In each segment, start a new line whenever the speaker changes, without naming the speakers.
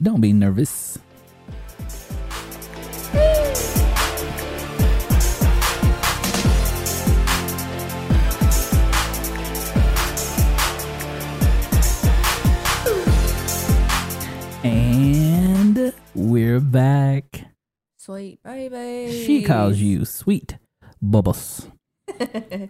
Don't be nervous. And we're back.
Sweet baby.
She calls you sweet bubbles.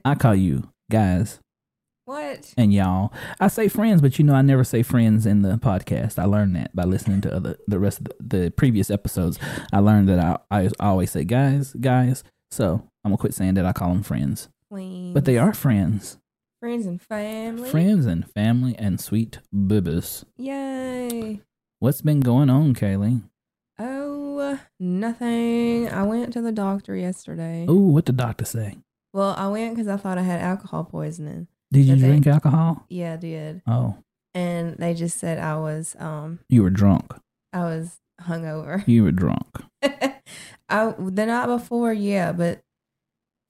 I call you guys
what?
and y'all. I say friends, but you know I never say friends in the podcast. I learned that by listening to other the rest of the, the previous episodes. I learned that I, I always say guys, guys. So I'm gonna quit saying that I call them friends,
Queens.
but they are friends,
friends and family.
friends and family and sweet bubbles.
Yay.
What's been going on, Kaylee?
Oh, nothing. I went to the doctor yesterday.
Oh, what the doctor say?
Well, I went because I thought I had alcohol poisoning.
Did you
Nothing.
drink alcohol?
Yeah, I did.
Oh,
And they just said I was um
you were drunk.
I was hungover.
You were drunk.
I the night before, yeah, but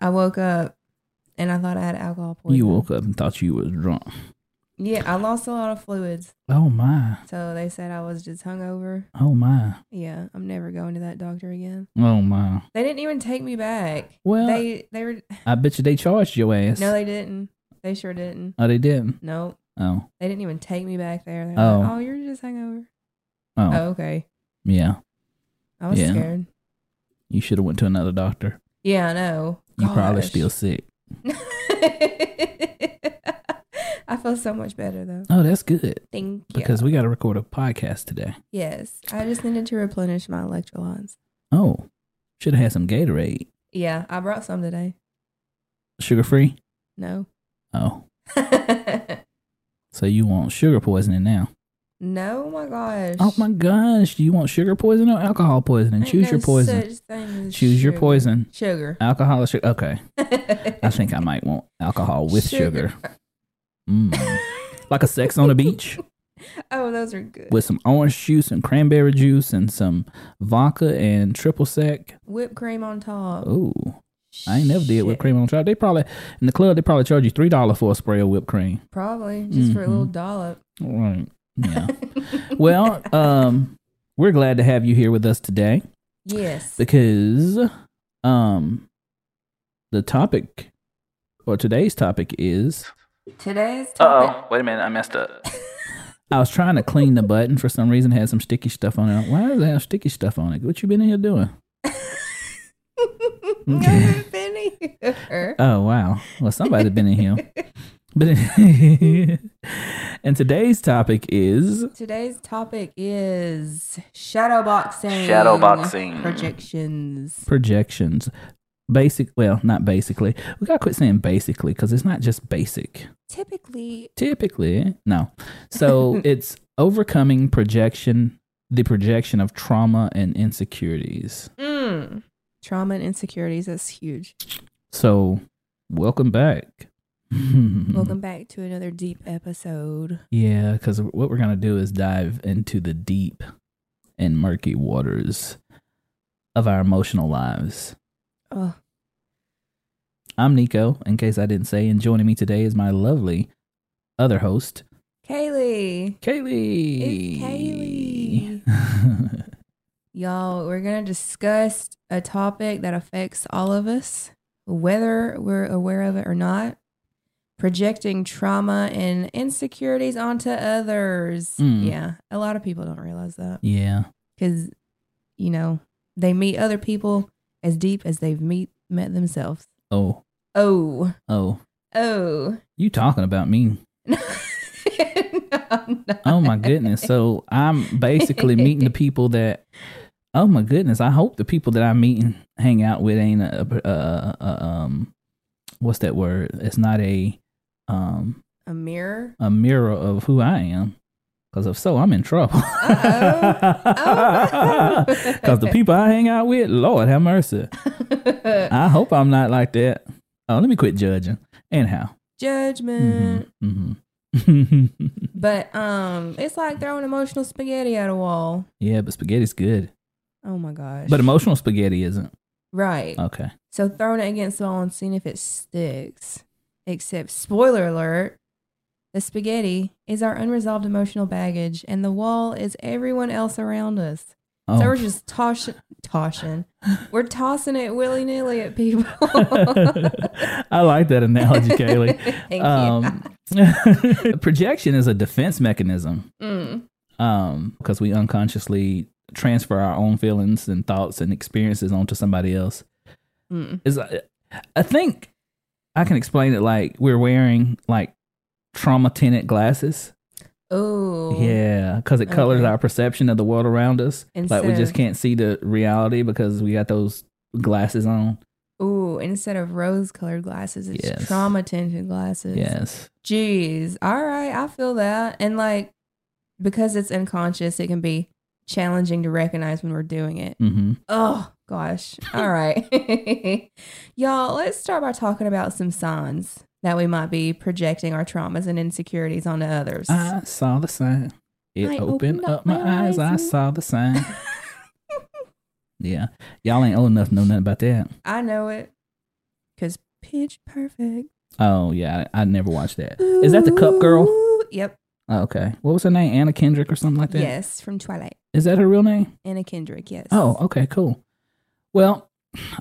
I woke up and I thought I had alcohol poisoning.
You woke up and thought you was drunk.
Yeah, I lost a lot of fluids,
Oh my.
so they said I was just hungover.
Oh my.
Yeah, I'm never going to that doctor again.
Oh my.
They didn't even take me back.
Well,
they they were
I bet you they charged your ass.
no, they didn't. They sure didn't.
oh, they didn't.
Nope,
Oh.
they didn't even take me back there. They're
Oh.
like, oh, you're just hungover.
Oh.
Oh, okay.
Yeah.
I was
Yeah.
scared.
You should have went to another doctor.
Yeah, I know.
You probably
Gosh.
still sick.
I feel so much better though.
Oh, that's good
Thank you.
because we got to record a podcast today.
yes, I just needed to replenish my electrolytes.
Oh, should have had some Gatorade.
Yeah, I brought some today.
Sugar free?
No.
Oh. So you want sugar poisoning now?
no, my gosh.
Oh my gosh. Do you want sugar poisoning or alcohol poisoning?
Ain't
Choose
no
your poison.
such thing as
Choose your
sugar.
poison.
Sugar.
Alcohol or sugar? Okay. I
I
think I might want alcohol with sugar. Mm. like a sex on the beach
oh, those are good.
with some orange juice and cranberry juice and some vodka and triple sec.
whipped cream on top.
Oh, I ain't never did whipped
Shit.
cream on top. They probably in the club they probably charge you three dollar for a spray of whipped cream. Mm-hmm.
Probably just for a little dollop.
Right. Yeah. well, um, we're glad to have you here with us today
Yes.
because um the topic or today's topic is
Today's topic.
wait a minute, I messed up. I was trying to clean the button for some reason. it Had some sticky stuff on it. Why does it have sticky stuff on it? What you been in here doing? Mm-hmm.
I haven't been here.
Oh wow. Well, somebody's been in here. But and today's topic is
Today's topic is shadow boxing.
Shadow boxing.
projections.
projections. Basic. Well, not basically. We gotta quit saying basically because it's not just basic.
Typically,
Typically, no. So it's overcoming projection, the projection of trauma and insecurities.
mm, trauma and insecurities is huge.
Mm-hmm. So, welcome back.
Welcome back to another deep episode.
Yeah, because what we're gonna do is dive into the deep and murky waters of our emotional lives.
Oh,
I'm Nico. In case I didn't say, and joining me today is my lovely other host,
Kaylee.
Kaylee.
It's Y'all, we're going to discuss a topic that affects all of us, whether we're aware of it or not. Projecting trauma and insecurities onto others.
Mm.
Yeah, a lot of people don't realize that
yeah,
because, you know, they meet other people as deep as they've meet, met themselves.
Oh,
Oh,
oh,
oh.
you talking about me?
No, I'm not.
Oh my goodness. So I'm basically meeting the people that. Oh my goodness. I hope the people that I meet and hang out with ain't a, a, a, a um, what's that word? It's not a um
A mirror?
a mirror of who I am. Because if so, I'm in trouble.
Uh-oh. Oh.
Because the people I hang out with, Lord have mercy. I hope I'm not like that. Oh, let me quit judging. Anyhow.
Judgment.
Mm-hmm. Mm-hmm.
But um, it's like throwing emotional spaghetti at a wall.
yeah, but spaghetti's good.
Oh my gosh!
But Uh. emotional spaghetti isn't.
right.
Okay.
so throwing it against the wall and seeing if it sticks. Except spoiler alert, The spaghetti is our unresolved emotional baggage, and the wall is everyone else around us.
Oh.
So we're just tossing, tossing. We're tossing it willy nilly at people.
I like that analogy, Kaylee.
Thank
Um, projection is a defense mechanism
you. Mm,
because we unconsciously transfer our own feelings and thoughts and experiences onto somebody else.
mm.
Is I think I can explain it like we're wearing like trauma tinted glasses.
Oh,
Yeah, because it colors
Okay.
our perception of the world around us.
Instead
like we just
of- can't.
can't see the reality because we got those glasses on.
Ooh, instead of rose colored glasses, it's
Yes.
trauma tinted glasses.
Yes.
Jeez. All right. I feel that. And like, because it's unconscious, it can be challenging to recognize when we're doing it.
Mm-hmm.
Oh, gosh. All right. Y'all, let's start by talking about some signs that we might be projecting our traumas and insecurities onto others.
I saw the sign. It
I
opened, up, my eyes. I saw the sign. yeah. Y'all ain't old enough to know nothing about that.
I know it because pitch perfect.
Oh, yeah. I, I never watched that. Is that the cup girl?
Ooh, Yep.
Oh, okay. What was her name? Anna Kendrick or something like that?
Yes, from Twilight.
Is that her real name?
Anna Kendrick. Yes.
Oh, okay. Cool. Well,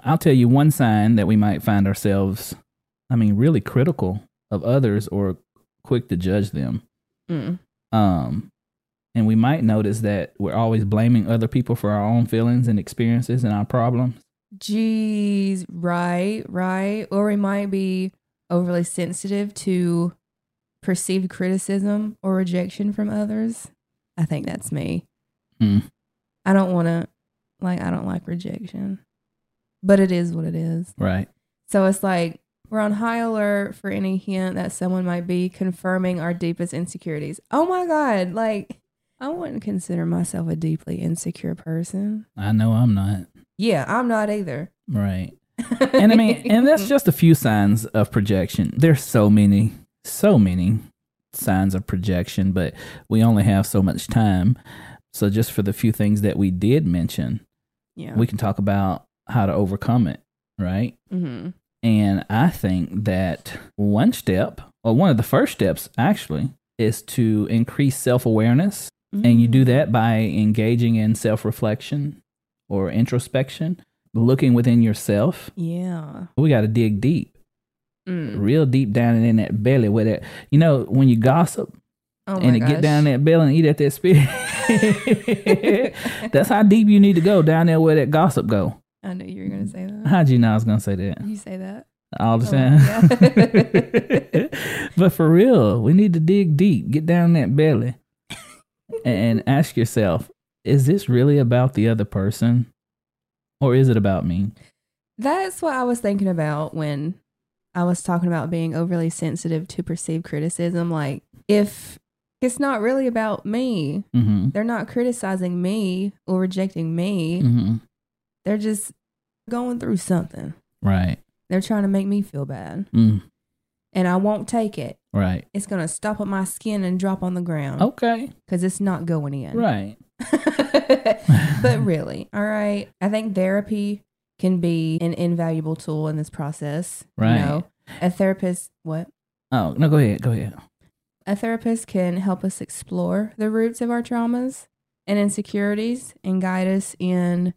I'll tell you one sign that we might find ourselves, I mean, really critical of others or quick to judge them.
Mm.
Um, and we might notice that we're always blaming other people for our own feelings and experiences and our problems.
Jeez. Right. Right. Or we might be overly sensitive to perceived criticism or rejection from others. I think that's me.
Mm.
I don't want to, like, I don't like rejection, but it is what it is.
Right.
So it's like we're on high alert for any hint that someone might be confirming our deepest insecurities. Oh my God. Like, I wouldn't consider myself a deeply insecure person.
I know I'm not.
Yeah, I'm not either.
Right. And I mean, and that's just a few signs of projection. There's so many, so many signs of projection, but we only have so much time. So just for the few things that we did mention,
yeah.
we can talk about how to overcome it, right?
hmm
And I think that one step, or one of the first steps actually, is to increase self awareness. And you do that by engaging in self reflection or introspection, looking within yourself.
Mm-hmm. Yeah.
We got to dig deep,
Mm.
real deep down in that belly where that, you know, when you gossip
Oh my
and it
gosh.
get down that belly and eat at that spit. That's how deep you need to go down there where that gossip go.
I knew you were gonna say that.
How'd you know I was going to say that?
You say that.
all the
Oh,
time. but for real, we need to dig deep, get down that belly, and ask yourself: Is this really about the other person, or is it about me?
That's what I was thinking about when I was talking about being overly sensitive to perceived criticism. Like, if it's not really about me,
Mm-hmm.
they're not criticizing me or rejecting me.
mm-hmm.
They're just going through something.
Right.
They're trying to make me feel bad,
Mm.
and I won't take it.
Right.
It's gonna stop at my skin and drop on the ground
Okay.
because it's not going in.
Right.
but really, all right. I think therapy can be an invaluable tool in this process.
Right.
You know, a therapist, what?
Oh no. Go ahead. Go ahead.
A therapist can help us explore the roots of our traumas and insecurities and guide us in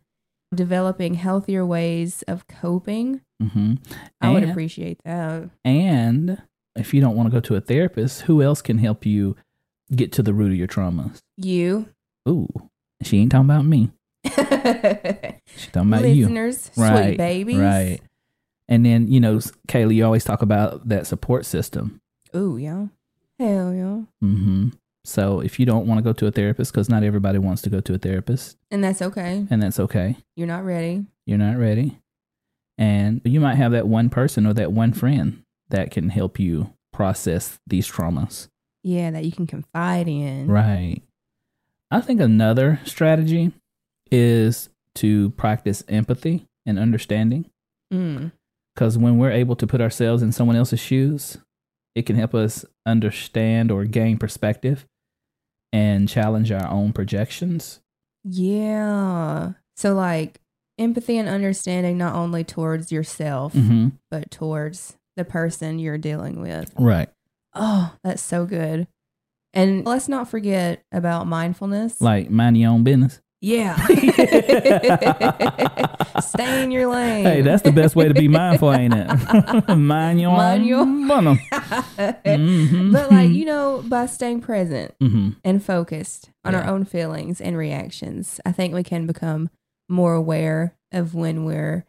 developing healthier ways of coping.
Mm-hmm.
I would
And-
appreciate that.
And if you don't want to go to a therapist, who else can help you get to the root of your traumas?
You,
Ooh, she ain't talking about me. She talking about you.
listeners,
Right,
sweet babies.
right. And then, you know, s- Kaylee, you always talk about that support system.
Ooh, yeah. Hell yeah.
hmm So if you don't want to go to a therapist, because not everybody wants to go to a therapist,
And that's okay.
and that's okay,
You're not ready.
you're not ready. And you might have that one person or that one friend that can help you process these traumas.
Yeah, that you can confide in.
Right. I think another strategy is to practice empathy and understanding.
Mm.
Because when we're able to put ourselves in someone else's shoes, it can help us understand or gain perspective and challenge our own projections.
Yeah. So, like, empathy and understanding not only towards yourself,
Mm-hmm.
but towards the person you're dealing with.
Right.
Oh, that's so good. And let's not forget about mindfulness.
Like mind your own business.
yeah. Stay in your lane.
Hey, that's the best way to be mindful, ain't it? mind your
Mind your-
own business. Mhm.
But like, you know, by staying present
Mhm.
and focused on our
Yeah.
own feelings and reactions, I think we can become more aware of when we're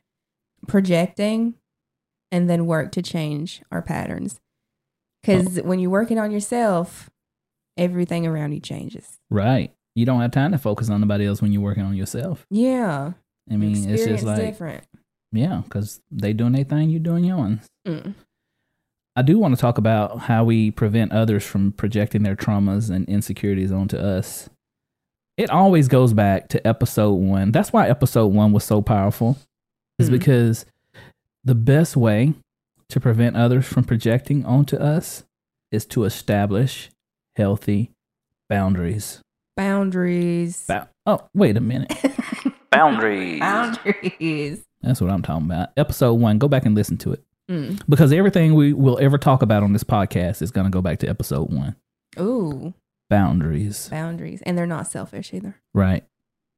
projecting and then work to change our patterns.
Oh.
Cuz when you're working on yourself, everything around you changes.
Right. You don't have time to focus on nobody else when you're working on yourself.
Yeah.
I mean,
Experience
it's just like,
different.
yeah, because they doing their thing, you doing yours.
Mm.
I do want to talk about how we prevent others from projecting their traumas and insecurities onto us. It always goes back to episode one. That's why episode one was so powerful, is
Mhm.
because the best way to prevent others from projecting onto us is to establish healthy boundaries.
Boundaries.
Ba- oh, wait a minute. boundaries.
Boundaries.
That's what I'm talking about. Episode one, go back and listen to it
Mm.
because everything we will ever talk about on this podcast is going to go back to episode one
Ooh,
boundaries.
boundaries. And they're not selfish either.
Right.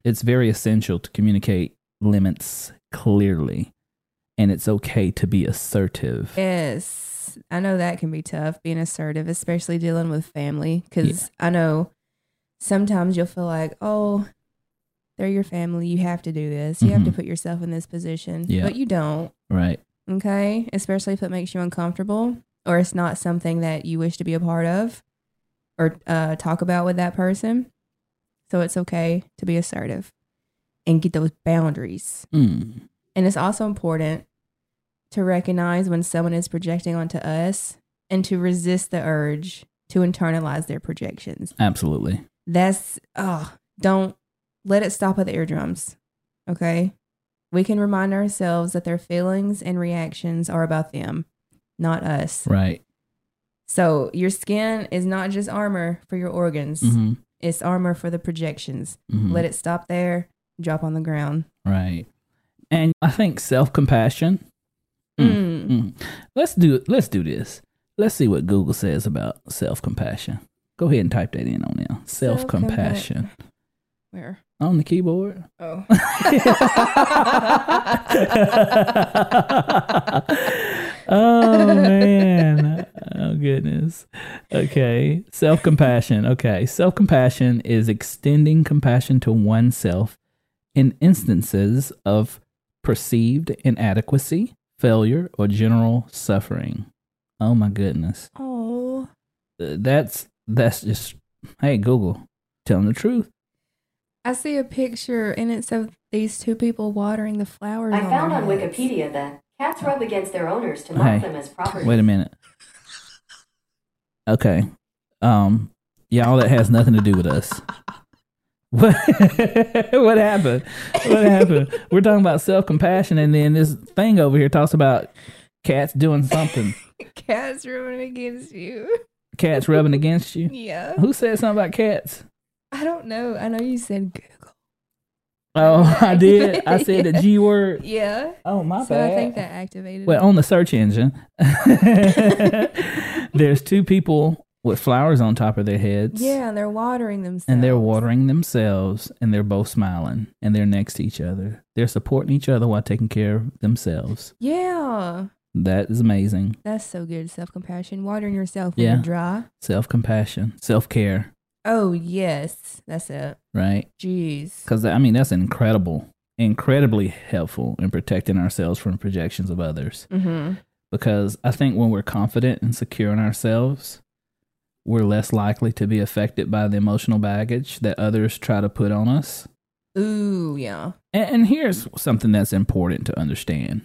It's very essential to communicate limits clearly. And it's okay to be assertive.
Yes. I know that can be tough being assertive, especially dealing with family. Because I know sometimes you'll feel like, oh, they're your family. You have to do this. You have to put yourself in this position.
Yeah.
But you don't.
Right.
Okay. Especially if it makes you uncomfortable or it's not something that you wish to be a part of or uh, talk about with that person. So it's okay to be assertive and get those boundaries.
Mm.
And it's also important to recognize when someone is projecting onto us and to resist the urge to internalize their projections.
Absolutely.
That's, oh, don't let it stop at the eardrums. Okay. We can remind ourselves that their feelings and reactions are about them, not us.
Right.
So your skin is not just armor for your organs,
hmm
it's armor for the projections. Let it stop there, drop on the ground.
mm-hmm, right. And I think self compassion. Mm.
Mm.
Let's do let's do this. Let's see what Google says about self compassion. Go ahead and type that in on there. Self compassion.
Where?
On the keyboard.
Oh.
oh man. Oh goodness. Okay. Self-compassion. Okay. Self-compassion is extending compassion to oneself in instances of perceived inadequacy, failure, or general suffering. Oh my goodness.
Oh.
Uh, That's that's just hey Google, telling the truth.
I see a picture and it's of these two people watering the flowers.
I
on
found
their
on
heads.
Wikipedia that cats rub against their owners to mark
Hey,
them as property.
Wait a minute. Okay. Um y'all that has nothing to do with us. What what happened? What happened? We're talking about self compassion and then this thing over here talks about cats doing something.
Cats rubbing against you.
Cats rubbing against you.
Yeah.
Who said something about cats?
I don't know. I know you said Google.
Oh, I did. I said the G word.
Yeah.
Oh my
so
bad.
I think that activated.
Well,
it.
on the search engine, there's two people with flowers on top of their heads.
Yeah, and they're watering themselves.
and they're watering themselves and they're both smiling and they're next to each other they're supporting each other while taking care of themselves
Yeah.
that is amazing
That's so good. Self compassion. Watering yourself when
Yeah.
you're dry.
self-compassion self-care
Oh yes. That's it.
right
Jeez.
because i mean that's incredible incredibly helpful in protecting ourselves from projections of others
Mm-hmm.
because i think when we're confident and secure in ourselves we're less likely to be affected by the emotional baggage that others try to put on us
Ooh, yeah.
And, and here's something that's important to understand.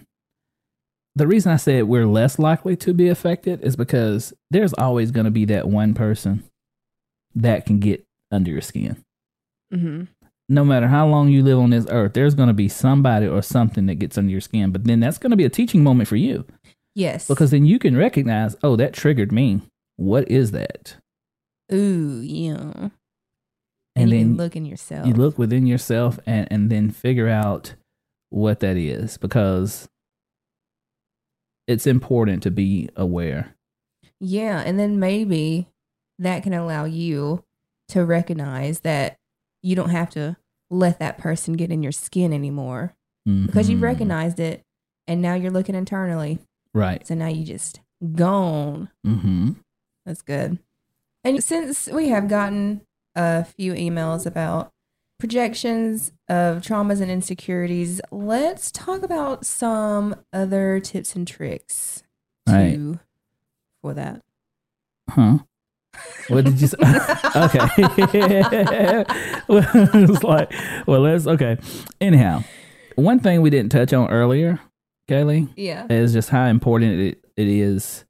The reason I said we're less likely to be affected is because there's always going to be that one person that can get under your skin.
Mm-hmm.
No matter how long you live on this earth, there's going to be somebody or something that gets under your skin. But then that's going to be a teaching moment for you
Yes.
because then you can recognize, oh, that triggered me. What is that?
Ooh, yeah.
And
And, you
then
can look in yourself.
you look within yourself and, and then figure out what that is because it's important to be aware
Yeah, and then maybe that can allow you to recognize that you don't have to let that person get in your skin anymore because
Mhm.
you've recognized it and now you're looking internally.
right.
So now you just gone.
Mm-hmm.
That's good. And since we have gotten a few emails about projections of traumas and insecurities, let's talk about some other tips and tricks to
Right.
for that.
Huh. What did you say? okay. well, it's like, well, let's, okay. Anyhow, one thing we didn't touch on earlier, Kaylee,
Yeah.
is just how important it, it is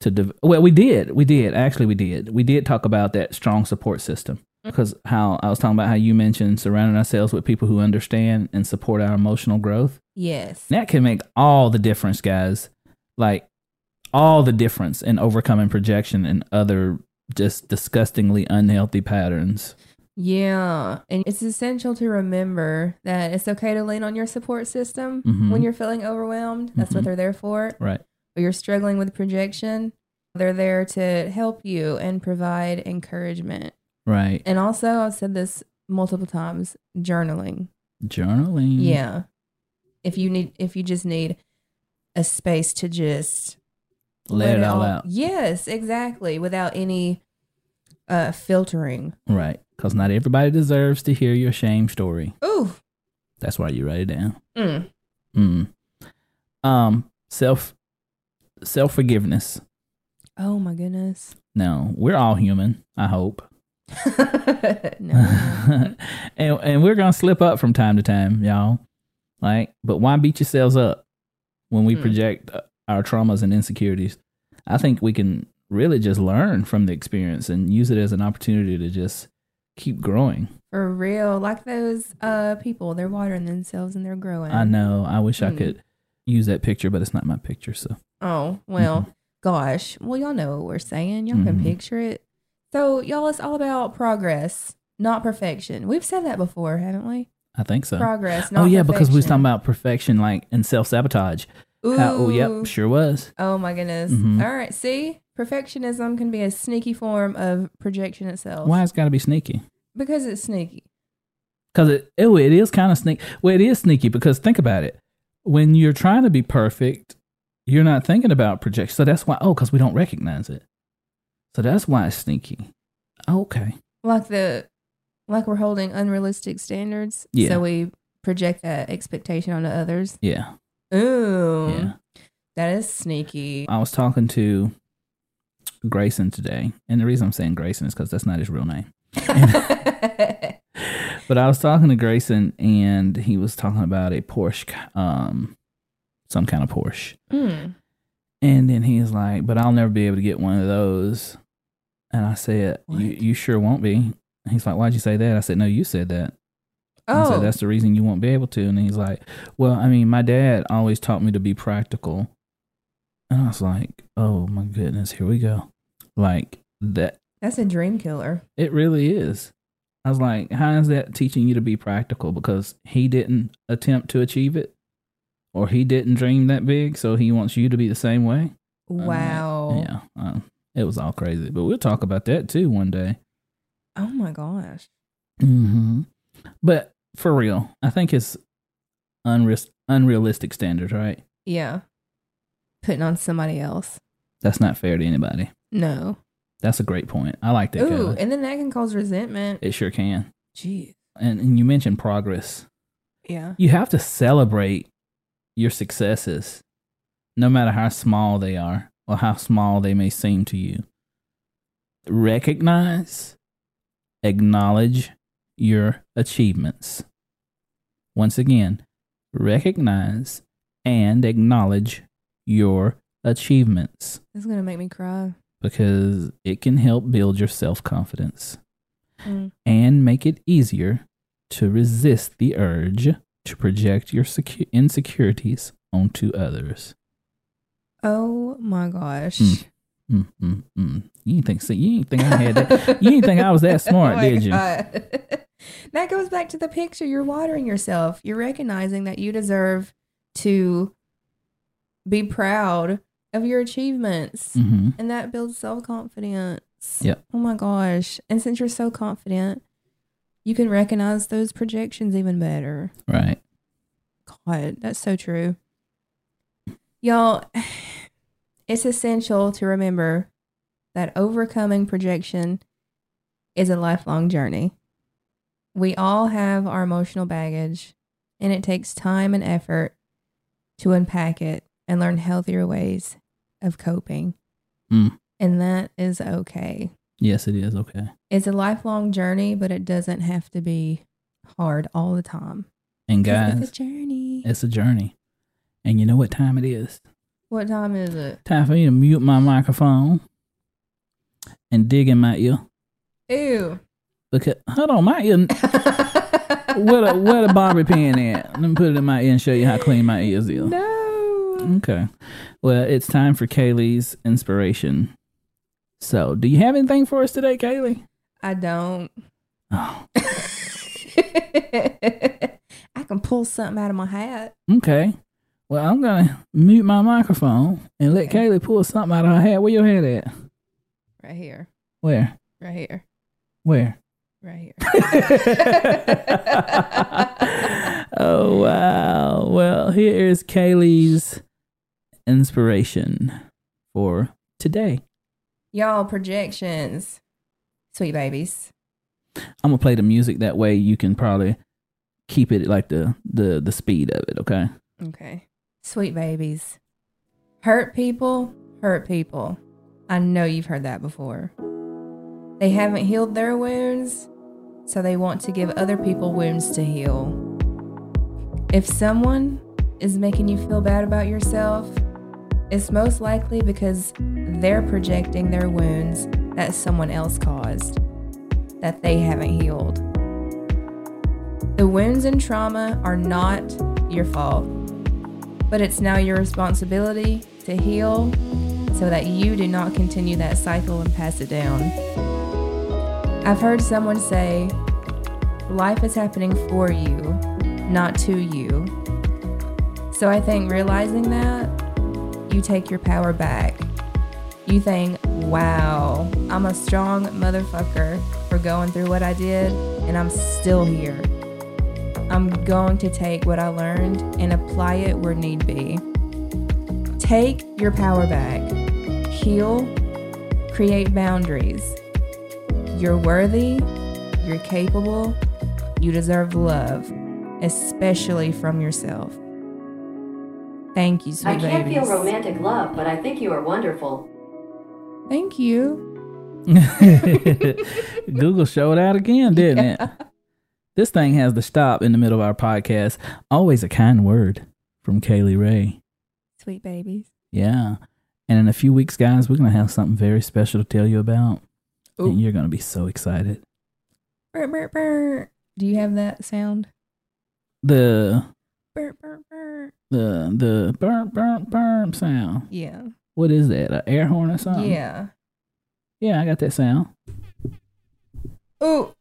to, de- well, we did. We did. Actually, we did. We did talk about that strong support system because how I was talking about how you mentioned surrounding ourselves with people who understand and support our emotional growth.
Yes.
That can make all the difference, guys. Like all the difference in overcoming projection and other just disgustingly unhealthy patterns.
Yeah. And it's essential to remember that it's okay to lean on your support system
Mhm.
when you're feeling overwhelmed. That's
Mhm.
what they're there for.
Right.
Or you're struggling with projection. They're there to help you and provide encouragement.
Right.
And also, I've said this multiple times journaling.
Journaling.
Yeah. If you need, if you just need a space to just
Let it all out.
Yes, exactly. Without any uh, filtering.
Right. Because not everybody deserves to hear your shame story.
Ooh.
That's why you write it down.
Mm.
Mm. Um. Self. Self forgiveness.
Oh my goodness.
No, we're all human. I hope.
no.
and and we're gonna slip up from time to time, y'all. Like, but why beat yourselves up when we
Hmm.
project uh, our traumas and insecurities? I think we can really just learn from the experience and use it as an opportunity to just keep growing.
For real. Like those uh people, they're watering themselves and they're growing.
I know. I wish I
Hmm.
could use that picture, but it's not my picture. So
Oh, well,
Mm-hmm.
gosh. Well, y'all know what we're saying. Y'all can
Mhm.
picture it. So, y'all, it's all about progress, not perfection. We've said that before, haven't we?
I think so.
Progress, not
oh yeah, because we was
perfection.
talking about perfection, like and self sabotage. Oh
Ooh.
yep, sure was.
Oh my goodness.
Mhm.
All right, see? Perfectionism can be a sneaky form of projection itself.
Why it's got to be sneaky?
Because it's sneaky.
Because it, oh, it is kind of sneaky. Well, it is sneaky because think about it. When you're trying to be perfect, you're not thinking about projection. So that's why, oh, because we don't recognize it. So that's why it's sneaky. Okay.
Like the like we're holding unrealistic standards.
Yeah.
So we project that expectation onto others.
Yeah.
Ooh.
Yeah. Uh,
That is sneaky.
I was talking to Grayson today. And the reason I'm saying Grayson is because that's not his real name. But I was talking to Grayson and he was talking about a Porsche, um, some kind of Porsche.
Mm.
And then he's like, "But I'll never be able to get one of those." And I said, "You
What?
you sure won't be." And he's like, "Why'd you say that?" I said, "No, you said that." I
Oh,
said, "That's the reason you won't be able to." And he's like, "Well, I mean, my dad always taught me to be practical." And I was like, "Oh my goodness, here we go." Like that
that's a dream killer.
it really is. I was like, "How is that teaching you to be practical because he didn't attempt to achieve it or he didn't dream that big, so he wants you to be the same way?" I'm like,
Wow.
Yeah, um, it was all crazy, but we'll talk about that too one day.
Oh my gosh.
Mm-hmm. But for real, I think it's unreal- unrealistic standards, right?
Yeah. Putting on somebody else.
That's not fair to anybody.
No.
That's a great point. I like that.
Ooh,
Kelly.
and then that can cause resentment.
It sure can.
Jeez.
And, and you mentioned progress.
Yeah.
You have to celebrate your successes, no matter how small they are or how small they may seem to you. Recognize, acknowledge your achievements. Once again, recognize and acknowledge your achievements
This is gonna make me cry.
because it can help build your self confidence
Mm.
and make it easier to resist the urge to project your secu- insecurities onto others.
Oh my gosh.
Mm. Mm, mm, mm. You didn't think so? You didn't think I had that? You didn't think I was that smart,
Oh my
did you?
God. that goes back to the picture. You're watering yourself. You're recognizing that you deserve to be proud of your achievements.
hmm
And that builds self confidence.
Yep.
Oh my gosh. And since you're so confident, you can recognize those projections even better.
Right.
God, that's so true. Y'all, it's essential to remember that overcoming projection is a lifelong journey. We all have our emotional baggage, and it takes time and effort to unpack it and learn healthier ways of coping.
Mm.
And that is okay.
Yes, it is. Okay.
It's a lifelong journey, but it doesn't have to be hard all the time.
And
'Cause
guys,
it's a journey.
it's a journey. And you know what time it is?
What time is it?
Time for me to mute my microphone and dig in my ear.
Ew.
Because hold on, my ear. Where the, where the bobby pin at? Let me put it in my ear and show you how clean my ears is.
no.
Okay. Well, it's time for Kaylee's inspiration. So, do you have anything for us today, Kaylee?
I don't.
Oh,
I can pull something out of my hat.
okay. Well, I'm gonna mute my microphone and let
Okay.
Kaylee pull something out of her hat. Where your head at?
Right here.
Where?
Right here.
Where?
Right here.
oh wow. Well, here is Kaylee's inspiration for today.
Y'all, projections. Sweet babies.
I'm gonna play the music that way you can probably keep it like the the the speed of it, okay?
Okay. Sweet babies. Hurt people, hurt people. I know you've heard that before. They haven't healed their wounds, so they want to give other people wounds to heal. If someone is making you feel bad about yourself, it's most likely because they're projecting their wounds that someone else caused, that they haven't healed. The wounds and trauma are not your fault, but it's now your responsibility to heal so that you do not continue that cycle and pass it down. I've heard someone say, Life is happening for you, not to you. So I think realizing that, you take your power back. You think, wow, I'm a strong motherfucker for going through what I did, and I'm still here. I'm going to take what I learned and apply it where need be. Take your power back, heal, create boundaries. You're worthy, you're capable, you deserve love, especially from yourself. Thank you, sweet
I can't
babies.
feel romantic love, but I think you are wonderful.
Thank you.
Google showed out again, didn't it? This thing has the stop in the middle of our podcast. Always a kind word from Kaylee Ray.
Sweet babies.
Yeah. And in a few weeks, guys, we're going to have something very special to tell you about.
Ooh.
And you're going to be so excited.
Burr, burr, burr. Do you have that sound?
The,
Burr, burr, burr.
the, the burp, burp, burp sound.
Yeah.
What is that? An air horn or something?
Yeah.
Yeah, I got that sound.
Ooh.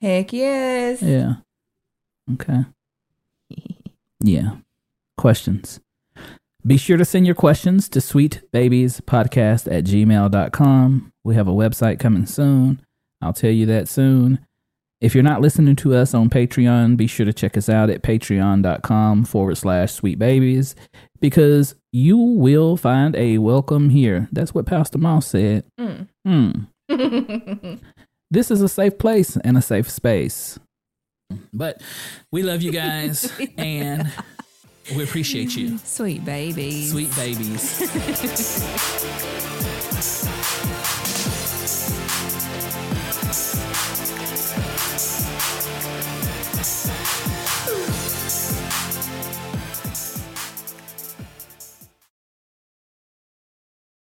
Heck yes.
Yeah. Okay. Yeah. Questions. Be sure to send your questions to sweetbabiespodcast at gmail.com. We have a website coming soon. I'll tell you that soon. If you're not listening to us on Patreon, be sure to check us out at patreon.com forward slash sweetbabies because you will find a welcome here. That's what Pastor Moss said.
Mm.
Hmm. This is a safe place and a safe space. But we love you guys and we appreciate you.
Sweet babies.
Sweet babies.